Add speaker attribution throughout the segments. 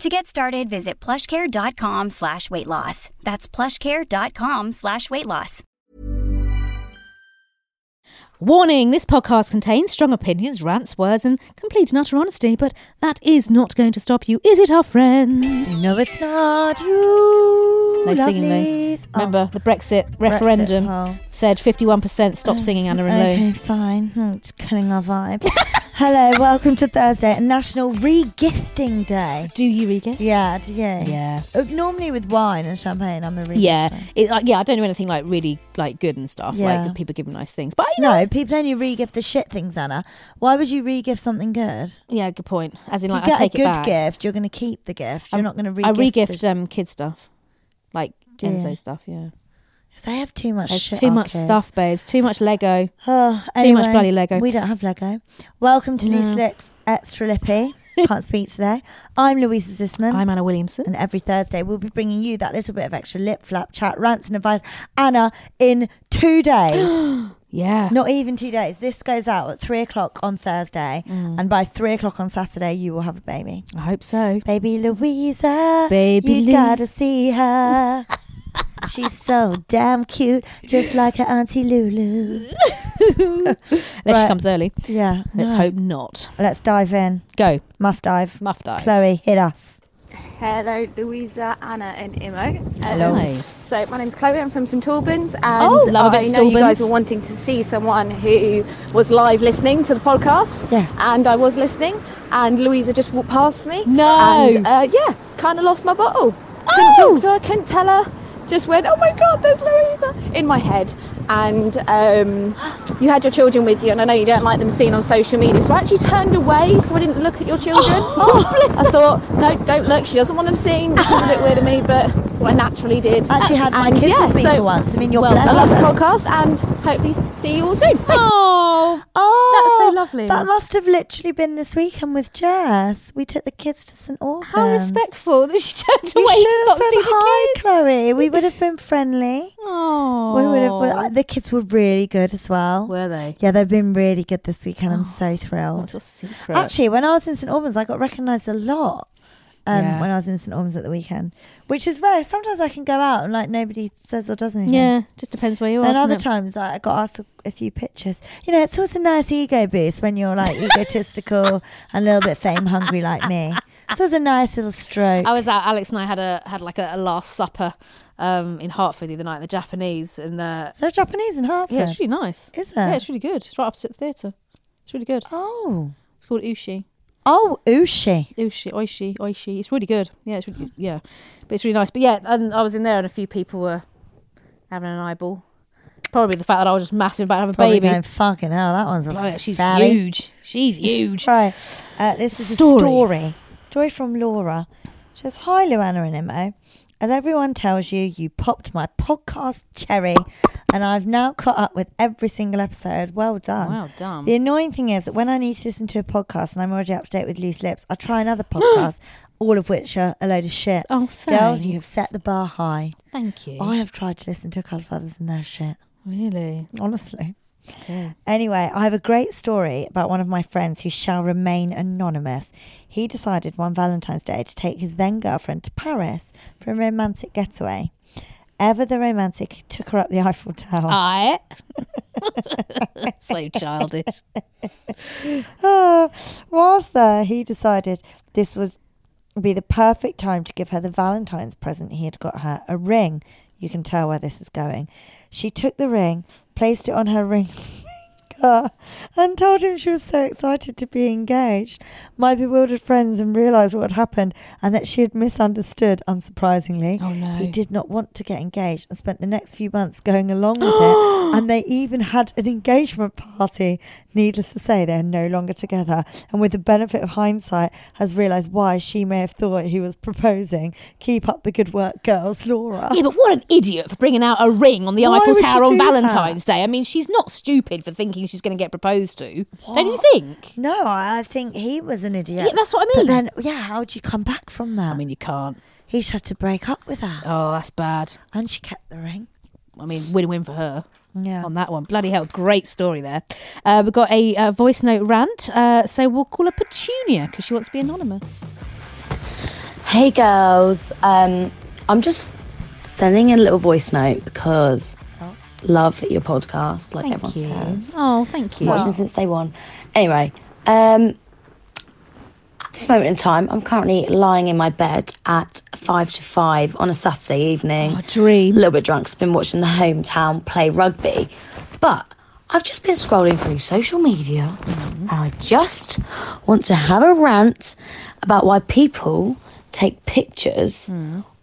Speaker 1: To get started, visit plushcare.com slash weight loss. That's plushcare.com slash weight loss.
Speaker 2: Warning this podcast contains strong opinions, rants, words, and complete and utter honesty, but that is not going to stop you, is it, our friends?
Speaker 3: No, it's not you.
Speaker 2: No singing though.
Speaker 3: lovelies. Oh,
Speaker 2: Remember, the Brexit referendum
Speaker 3: oh.
Speaker 2: said 51% stop singing Anna and Lou.
Speaker 3: Okay, fine. Hmm, It's killing our vibe. Hello, welcome to Thursday, National Regifting Day.
Speaker 2: Do you, Riga?
Speaker 3: Yeah, do you?
Speaker 2: Yeah.
Speaker 3: Uh, Normally with wine and champagne, I'm a regifter.
Speaker 2: Yeah, it, like, yeah. I don't do anything like really like good and stuff.
Speaker 3: Yeah.
Speaker 2: Like people give me nice things, but you know,
Speaker 3: No, people only regift the shit things, Anna. Why would you regift something good?
Speaker 2: yeah, good point. As in,
Speaker 3: If
Speaker 2: like,
Speaker 3: you
Speaker 2: I
Speaker 3: get a
Speaker 2: take it
Speaker 3: good
Speaker 2: back.
Speaker 3: gift, you're going to keep the gift. You're
Speaker 2: I'm-
Speaker 3: not going to regift.
Speaker 2: I regift
Speaker 3: the-
Speaker 2: um kid stuff, like
Speaker 3: Do you?
Speaker 2: Kenzo stuff. Yeah,
Speaker 3: They have too much
Speaker 2: there's
Speaker 3: shit.
Speaker 2: too
Speaker 3: our
Speaker 2: much
Speaker 3: kids.
Speaker 2: stuff, babes. Too much Lego.
Speaker 3: Oh,
Speaker 2: Too much
Speaker 3: anyway,
Speaker 2: bloody Lego.
Speaker 3: We don't have Lego. Welcome to
Speaker 2: No.
Speaker 3: Loose Lips Extra Lippy. Can't speak today. I'm Louisa Zisman.
Speaker 2: I'm Anna Williamson.
Speaker 3: and every Thursday, we'll be bringing you that little bit of extra lip flap chat, rants, and advice. Anna, in two days,
Speaker 2: Yeah,
Speaker 3: not even two days. This goes out at three o'clock on Thursday,
Speaker 2: Mm.
Speaker 3: and by three o'clock on Saturday, you will have a baby.
Speaker 2: I hope so.
Speaker 3: Baby Louisa,
Speaker 2: Baby
Speaker 3: you
Speaker 2: Lou.
Speaker 3: gotta see her. She's so damn cute, just like her auntie Lulu.
Speaker 2: Unless
Speaker 3: Right.
Speaker 2: she comes early.
Speaker 3: Yeah,
Speaker 2: Let's
Speaker 3: no.
Speaker 2: hope not.
Speaker 3: Let's dive in.
Speaker 2: Go
Speaker 3: Muff dive.
Speaker 2: muff dive.
Speaker 3: Chloe, hit us.
Speaker 4: Hello, Louisa, Anna, and Imo.
Speaker 2: Hello.
Speaker 4: So my name's Chloe. I'm from St Albans, and
Speaker 2: Oh, love a bit
Speaker 4: I
Speaker 2: of
Speaker 4: know you guys
Speaker 2: Stalbans.
Speaker 4: were wanting to see someone who was live listening to the podcast.
Speaker 3: Yeah.
Speaker 4: And I was listening, and Louisa just walked past me.
Speaker 2: No. Oh!
Speaker 4: And uh, yeah, kind of lost my bottle. Couldn't talk to her. Couldn't tell her. Just went, oh my God, there's Louisa in my head. And um, you had your children with you, and I know you don't like them seen on social media, so I actually turned away so I didn't look at your children.
Speaker 2: Oh,
Speaker 4: I thought, no, don't look. She doesn't want them seen, which is a bit weird of me, but it's what I naturally did.
Speaker 3: Actually, had my
Speaker 4: And
Speaker 3: kids
Speaker 4: yeah,
Speaker 3: with me
Speaker 4: so
Speaker 3: for once. I mean, you're
Speaker 2: Well
Speaker 3: blessed.
Speaker 4: I love the podcast, and hopefully see you all soon. Bye.
Speaker 2: Oh, That's
Speaker 3: Oh,
Speaker 2: so lovely.
Speaker 3: That must have literally been this weekend with Jess. We took the kids to St Albans.
Speaker 2: how respectful that she turned
Speaker 3: We
Speaker 2: away.
Speaker 3: should
Speaker 2: to
Speaker 3: have
Speaker 2: not
Speaker 3: said
Speaker 2: see the
Speaker 3: hi,
Speaker 2: kids."
Speaker 3: Chloe. We would have been friendly.
Speaker 2: Oh,
Speaker 3: We would have. well, The kids were really good as well.
Speaker 2: Were they?
Speaker 3: Yeah, they've been really good this weekend. I'm so
Speaker 2: What's
Speaker 3: thrilled.
Speaker 2: your secret?
Speaker 3: Actually, when I was in St Albans, I got recognised a lot. Um,
Speaker 2: Yeah.
Speaker 3: When I was in St Albans at the weekend, which is rare. Sometimes I can go out and like nobody says or does anything.
Speaker 2: yeah, just depends where you are.
Speaker 3: And other
Speaker 2: doesn't it?
Speaker 3: times like, I got asked a, a few pictures. You know, it's always a nice ego boost when you're like egotistical and a little bit fame hungry like me. It's always a nice little stroke.
Speaker 2: I was out. Alex and I had a had like a, a last supper um, in Hartford the other night, in the Japanese, and uh,
Speaker 3: so Japanese in Hartford.
Speaker 2: yeah, it's really nice.
Speaker 3: Is it?
Speaker 2: Yeah, it's really good. It's right opposite the theatre. It's really good.
Speaker 3: oh.
Speaker 2: It's called Ushi.
Speaker 3: Oh, Ushi.
Speaker 2: Ushi, Oishi, Oishi. oh, It's really good. Yeah, it's really, yeah, but it's really nice. But yeah, and I was in there, and a few people were having an eyeball. Probably the fact that I was just massive about having a
Speaker 3: Probably
Speaker 2: baby.
Speaker 3: going, fucking hell, that one's a
Speaker 2: Blimey, she's
Speaker 3: valley."
Speaker 2: huge. She's huge.
Speaker 3: Right. Uh, this is
Speaker 2: Story.
Speaker 3: a story. Story from Laura. She says, Hi, Luana and Imo. As everyone tells you, you popped my podcast cherry, and I've now caught up with every single episode. Well done.
Speaker 2: Well done.
Speaker 3: The annoying thing is that when I need to listen to a podcast and I'm already up to date with Loose Lips, I try another podcast, all of which are a load of shit.
Speaker 2: Oh,
Speaker 3: Girls, you have
Speaker 2: thanks.
Speaker 3: set the bar high.
Speaker 2: Thank you.
Speaker 3: I have tried to listen to a couple of others and they're shit.
Speaker 2: really?
Speaker 3: Honestly. Anyway, I have a great story about one of my friends who shall remain anonymous. He decided one Valentine's Day to take his then girlfriend to Paris for a romantic getaway. Ever the romantic, he took her up the Eiffel Tower.
Speaker 2: I. so childish.
Speaker 3: Ah, whilst there, he decided this was be the perfect time to give her the Valentine's present he had got her a ring. You can tell where this is going. She took the ring, placed it on her ring finger, and told him she was so excited to be engaged. My bewildered friends and realised what had happened and that she had misunderstood, unsurprisingly.
Speaker 2: Oh, no.
Speaker 3: He did not want to get engaged and spent the next few months going along with it. And they even had an engagement party. Needless to say, they're no longer together. And with the benefit of hindsight, has realised why she may have thought he was proposing. Keep up the good work, girls, Laura.
Speaker 2: Yeah, but what an idiot for bringing out a ring on the
Speaker 3: Why
Speaker 2: Eiffel
Speaker 3: would you
Speaker 2: Tower on
Speaker 3: do that?
Speaker 2: Valentine's Day. I mean, she's not stupid for thinking she's going to get proposed to. Don't you think?
Speaker 3: No, I I think he was an idiot.
Speaker 2: Yeah, that's what I mean.
Speaker 3: But then, yeah, how would you come back from that?
Speaker 2: I mean, you can't.
Speaker 3: he just had to break up with her,
Speaker 2: Oh, that's bad.
Speaker 3: and she kept the ring.
Speaker 2: I mean, win-win for her.
Speaker 3: Yeah.
Speaker 2: on that one. Bloody hell, great story there. Uh, we've got a uh, voice note rant, uh, so we'll call her Petunia because she wants to be anonymous.
Speaker 5: Hey girls, um, I'm just sending in a little voice note because love your podcast, like
Speaker 2: Oh. Thank
Speaker 5: everyone
Speaker 2: you.
Speaker 5: says.
Speaker 2: Oh, thank you.
Speaker 5: Watched them since day one. Anyway, um, at this moment in time, I'm currently lying in my bed at five to five on a Saturday evening
Speaker 2: Oh, dream.
Speaker 5: a little bit drunk. 'cause I've been watching the hometown play rugby, but I've just been scrolling through social media, and I just want to have a rant about why people take pictures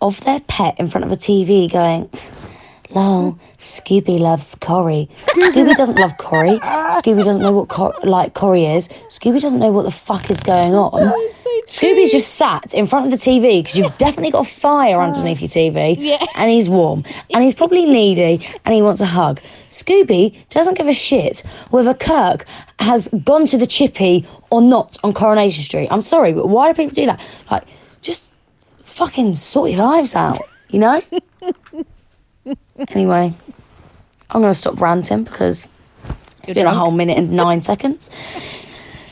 Speaker 5: of their pet in front of a TV, going. Lol, Scooby loves Corey. Scooby doesn't love Corey. Scooby doesn't know what Cor- like Corey is. Scooby doesn't know what the fuck is going on. Scooby's just sat in front of the TV because you've definitely got a fire underneath your TV. Yeah. And he's warm. And he's probably needy and he wants a hug. Scooby doesn't give a shit whether Kirk has gone to the chippy or not on Coronation Street. I'm sorry, but why do people do that? Like, just fucking sort your lives out, you know? anyway, I'm going to stop ranting because it's been a whole minute and nine seconds.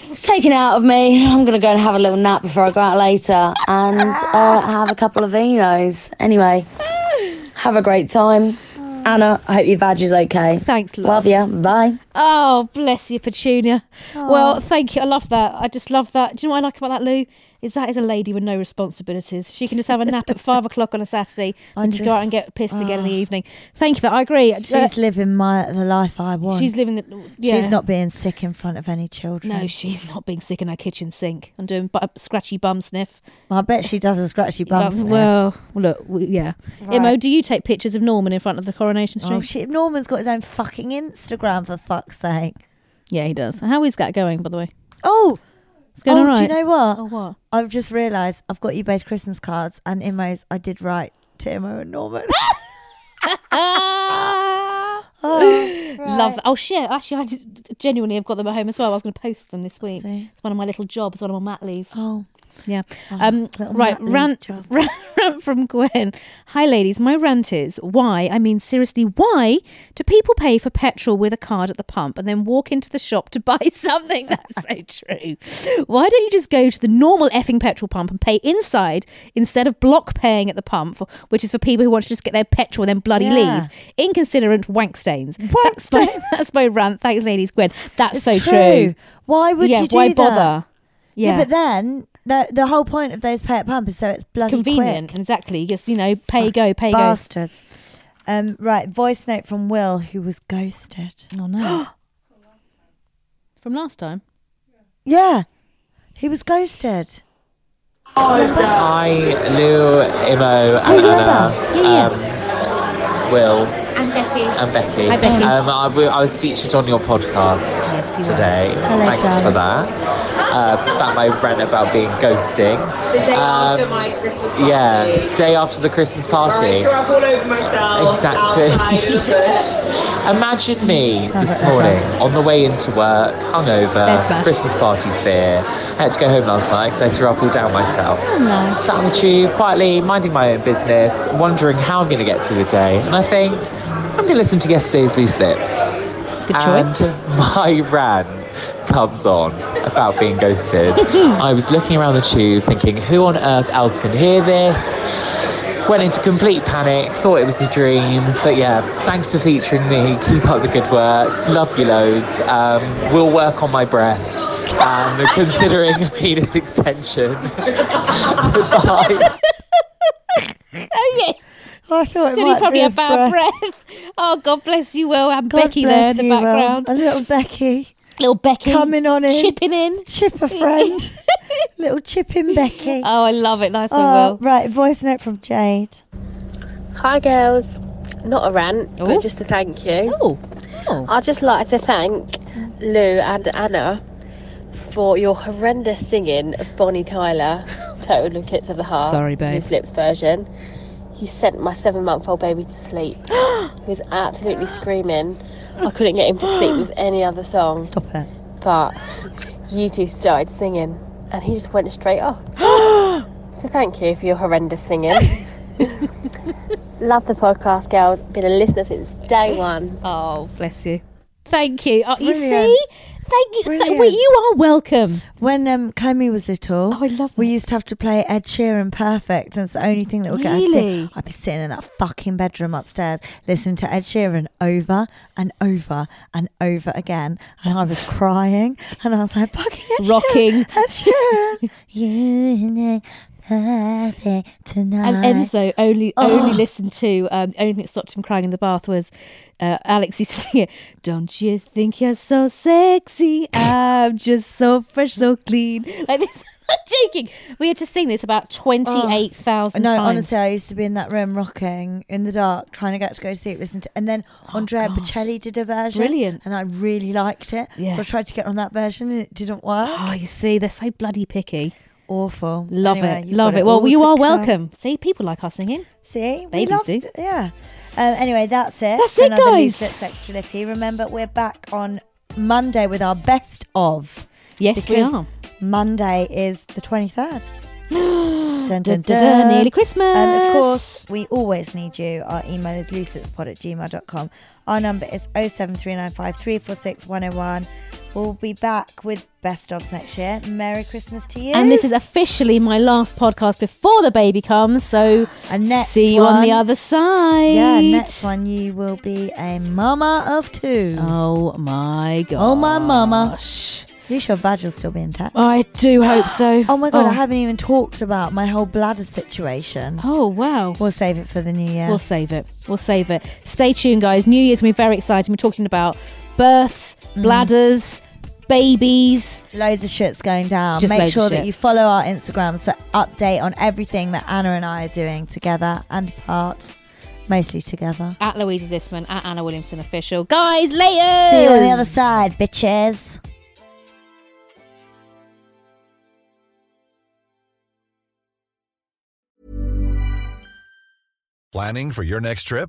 Speaker 5: It's taken out of me. I'm going to go and have a little nap before I go out later and uh, have a couple of vinos. Anyway, have a great time. Anna, I hope your vag is okay.
Speaker 2: Thanks, love.
Speaker 5: Love you. Bye.
Speaker 2: Oh, bless you, Petunia. Well, thank you. I love that. I just love that. Do you know what I like about that, Lou? Is that is a lady with no responsibilities. She can just have a nap at five o'clock on a Saturday and just, go out and get pissed again in the evening. Thank you. That I agree. Uh,
Speaker 3: She's living my the life I want.
Speaker 2: she's
Speaker 3: She's,
Speaker 2: living the. Yeah.
Speaker 3: not being sick in front of any children.
Speaker 2: No, she's not being sick in her kitchen sink and doing bu- scratchy bum sniff.
Speaker 3: I bet she does a scratchy bum.
Speaker 2: But,
Speaker 3: sniff.
Speaker 2: Well, look, we, yeah. Imo, do you take pictures of Norman in front of the coronation street?
Speaker 3: oh shit! Norman's got his own fucking Instagram for fuck's sake.
Speaker 2: yeah, he does. How is that going, by the way?
Speaker 3: Oh,
Speaker 2: It's going
Speaker 3: oh,
Speaker 2: all right.
Speaker 3: do you know what?
Speaker 2: Oh, what?
Speaker 3: I've just realised I've got you both Christmas cards and Imo's. I did write to Imo and Norman. oh,
Speaker 2: Ah! Love. Oh shit! Actually, I did- genuinely have got them at home as well. I was going to post them this week.
Speaker 3: See.
Speaker 2: It's one of my little jobs. One of my mat leave.
Speaker 3: Oh,
Speaker 2: Yeah. Um,
Speaker 3: little
Speaker 2: right,
Speaker 3: Nat Lee
Speaker 2: rant,
Speaker 3: job.
Speaker 2: rant, from Gwen. Hi, ladies. My rant is why, I mean, seriously, why do people pay for petrol with a card at the pump and then walk into the shop to buy something? That's so true. Why don't you just go to the normal effing petrol pump and pay inside instead of block paying at the pump, for, which is for people who want to just get their petrol and then bloody
Speaker 3: Yeah.
Speaker 2: leave? Inconsiderate wank stains.
Speaker 3: Wank
Speaker 2: that's, my, that's my rant. Thanks, ladies. Gwen, that's so true.
Speaker 3: Why would
Speaker 2: yeah,
Speaker 3: you do
Speaker 2: why
Speaker 3: that?
Speaker 2: bother?
Speaker 3: Yeah. but then the the whole point of those pay at pump is so it's bloody
Speaker 2: convenient.
Speaker 3: quick.
Speaker 2: Exactly. Just you know, pay go, pay
Speaker 3: Bastards. Um, right, voice note from Will, who was ghosted.
Speaker 2: go. Oh no. From last time.
Speaker 3: Yeah, he was ghosted.
Speaker 6: Hi, Lou, Imo,
Speaker 3: Do Oh, you
Speaker 6: and
Speaker 3: remember?
Speaker 6: Anna,
Speaker 2: Yeah,
Speaker 6: um, it's Will, and Becky.
Speaker 2: Hi, Becky.
Speaker 6: Um, I, w- I was featured on your podcast
Speaker 2: Yes, you were.
Speaker 6: today.
Speaker 3: Hello,
Speaker 6: Thanks for that. Uh, about my rant about being ghosting. The day after my Christmas party. Yeah, day after the Christmas party. Exactly. Imagine me this morning on the way into work,
Speaker 2: They're
Speaker 6: hungover,
Speaker 2: smashed.
Speaker 6: Christmas party fear. I had to go home last night because I threw up all down myself. Sat on the tube, quietly minding my own business, wondering how I'm going to get through the day. And I think I'm going to listen to yesterday's loose lips.
Speaker 2: Good
Speaker 6: and
Speaker 2: choice.
Speaker 6: my rant comes on about being ghosted. I was looking around the tube, thinking, who on earth else can hear this? Went into complete panic, thought it was a dream. But yeah, thanks for featuring me. Keep up the good work. Love you loads. Um, we'll work on my breath. Um, considering a penis extension. Bye.
Speaker 2: Oh yes.
Speaker 3: I thought it
Speaker 2: Did
Speaker 3: might
Speaker 2: he probably
Speaker 3: be
Speaker 2: have
Speaker 3: his
Speaker 2: bad
Speaker 3: breath.
Speaker 2: breath? Oh, God bless you, Will, and
Speaker 3: God
Speaker 2: Becky there in
Speaker 3: bless
Speaker 2: the
Speaker 3: you, Will.
Speaker 2: background.
Speaker 3: A little Becky.
Speaker 2: Little Becky
Speaker 3: Coming on in.
Speaker 2: chipping in.
Speaker 3: Chipper friend. little chipping Becky.
Speaker 2: Oh, I love it. Nice
Speaker 3: Oh,
Speaker 2: one, Will.
Speaker 3: right, voice note from Jade.
Speaker 4: Hi, girls. Not a rant,
Speaker 2: Ooh.
Speaker 4: but just a thank you.
Speaker 2: Oh, oh.
Speaker 4: I'd just like to thank Lou and Anna for your horrendous singing of Bonnie Tyler, Total and Kits of the Heart.
Speaker 2: Sorry, babe.
Speaker 4: Loose lips version. You sent my seven month old baby to sleep. he was absolutely screaming. I couldn't get him to sleep with any other song,
Speaker 3: Stop it.
Speaker 4: but you two started singing and he just went straight off. so thank you for your horrendous singing. Love the podcast, girls. Been a listener since day one.
Speaker 2: Oh, bless you. Thank you. Oh, you
Speaker 3: Brilliant.
Speaker 2: see? Thank you. Th-
Speaker 3: Brilliant.
Speaker 2: well, you are welcome.
Speaker 3: When um, Clemmy was little,
Speaker 2: Oh, I love
Speaker 3: we
Speaker 2: it.
Speaker 3: used to have to play Ed Sheeran Perfect, and it's the only thing that would get us
Speaker 2: Really?
Speaker 3: to I'd be sitting in that fucking bedroom upstairs listening to Ed Sheeran over and over and over again. And I was crying, and I was like, fucking Ed Sheeran,
Speaker 2: Rocking.
Speaker 3: Ed Sheeran. you know, perfect tonight.
Speaker 2: And Enzo only
Speaker 3: Oh.
Speaker 2: only listened to um, only thing that stopped him crying in the bath was uh, Alex used to sing it. Don't you think you're so sexy? I'm just so fresh, so clean. Like this. I'm joking. We had to sing this about twenty-eight thousand
Speaker 3: Oh. No,
Speaker 2: times.
Speaker 3: honestly, I used to be in that room rocking in the dark, trying to get to go to sleep, listen to, and then Andrea
Speaker 2: Oh, gosh.
Speaker 3: Bocelli did a version,
Speaker 2: Brilliant.
Speaker 3: and I really liked it.
Speaker 2: Yeah.
Speaker 3: So I tried to get on that version, and it didn't work.
Speaker 2: Oh, you see, they're so bloody picky.
Speaker 3: Awful.
Speaker 2: Love
Speaker 3: Anyway,
Speaker 2: it,
Speaker 3: you've
Speaker 2: love
Speaker 3: got
Speaker 2: it. Well,
Speaker 3: all
Speaker 2: you
Speaker 3: to
Speaker 2: are
Speaker 3: come.
Speaker 2: welcome. See, people like our singing.
Speaker 3: See,
Speaker 2: Babies
Speaker 3: we love
Speaker 2: do.
Speaker 3: yeah. Um, anyway, that's it.
Speaker 2: That's
Speaker 3: for
Speaker 2: it,
Speaker 3: another
Speaker 2: guys.
Speaker 3: Loose Lips Extra Lippy. Remember, we're back on Monday with our best of.
Speaker 2: Yes, we
Speaker 3: because
Speaker 2: are.
Speaker 3: Monday is the twenty third. dun,
Speaker 2: Dun, dun, dun, nearly Christmas.
Speaker 3: Um, of course, we always need you. Our email is lucidspod at gmail.com. Our number is 07395 346 101. We'll be back with best ofs next year. Merry Christmas to you.
Speaker 2: And this is officially my last podcast before the baby comes. So
Speaker 3: And next
Speaker 2: see you on the
Speaker 3: one-
Speaker 2: other side.
Speaker 3: Yeah, next one you will be a mama of two.
Speaker 2: Oh my god.
Speaker 3: Oh, my mama.
Speaker 2: Oh,
Speaker 3: At least your vag will still be intact.
Speaker 2: I do hope so.
Speaker 3: Oh my god, I haven't even talked about my whole bladder situation.
Speaker 2: Oh wow.
Speaker 3: We'll save it for the new year.
Speaker 2: We'll save it. We'll save it. Stay tuned, guys. New Year's gonna be very exciting. We're talking about births,
Speaker 3: Mm.
Speaker 2: bladders, babies.
Speaker 3: Loads of shit's going down.
Speaker 2: Just
Speaker 3: Make
Speaker 2: loads of
Speaker 3: sure that
Speaker 2: shit.
Speaker 3: you follow our Instagrams for update on everything that Anna and I are doing together and apart, mostly together.
Speaker 2: At Louisa Zisman, at Anna Williamson official. Guys, later.
Speaker 3: See you on the other side, bitches.
Speaker 7: Planning for your next trip?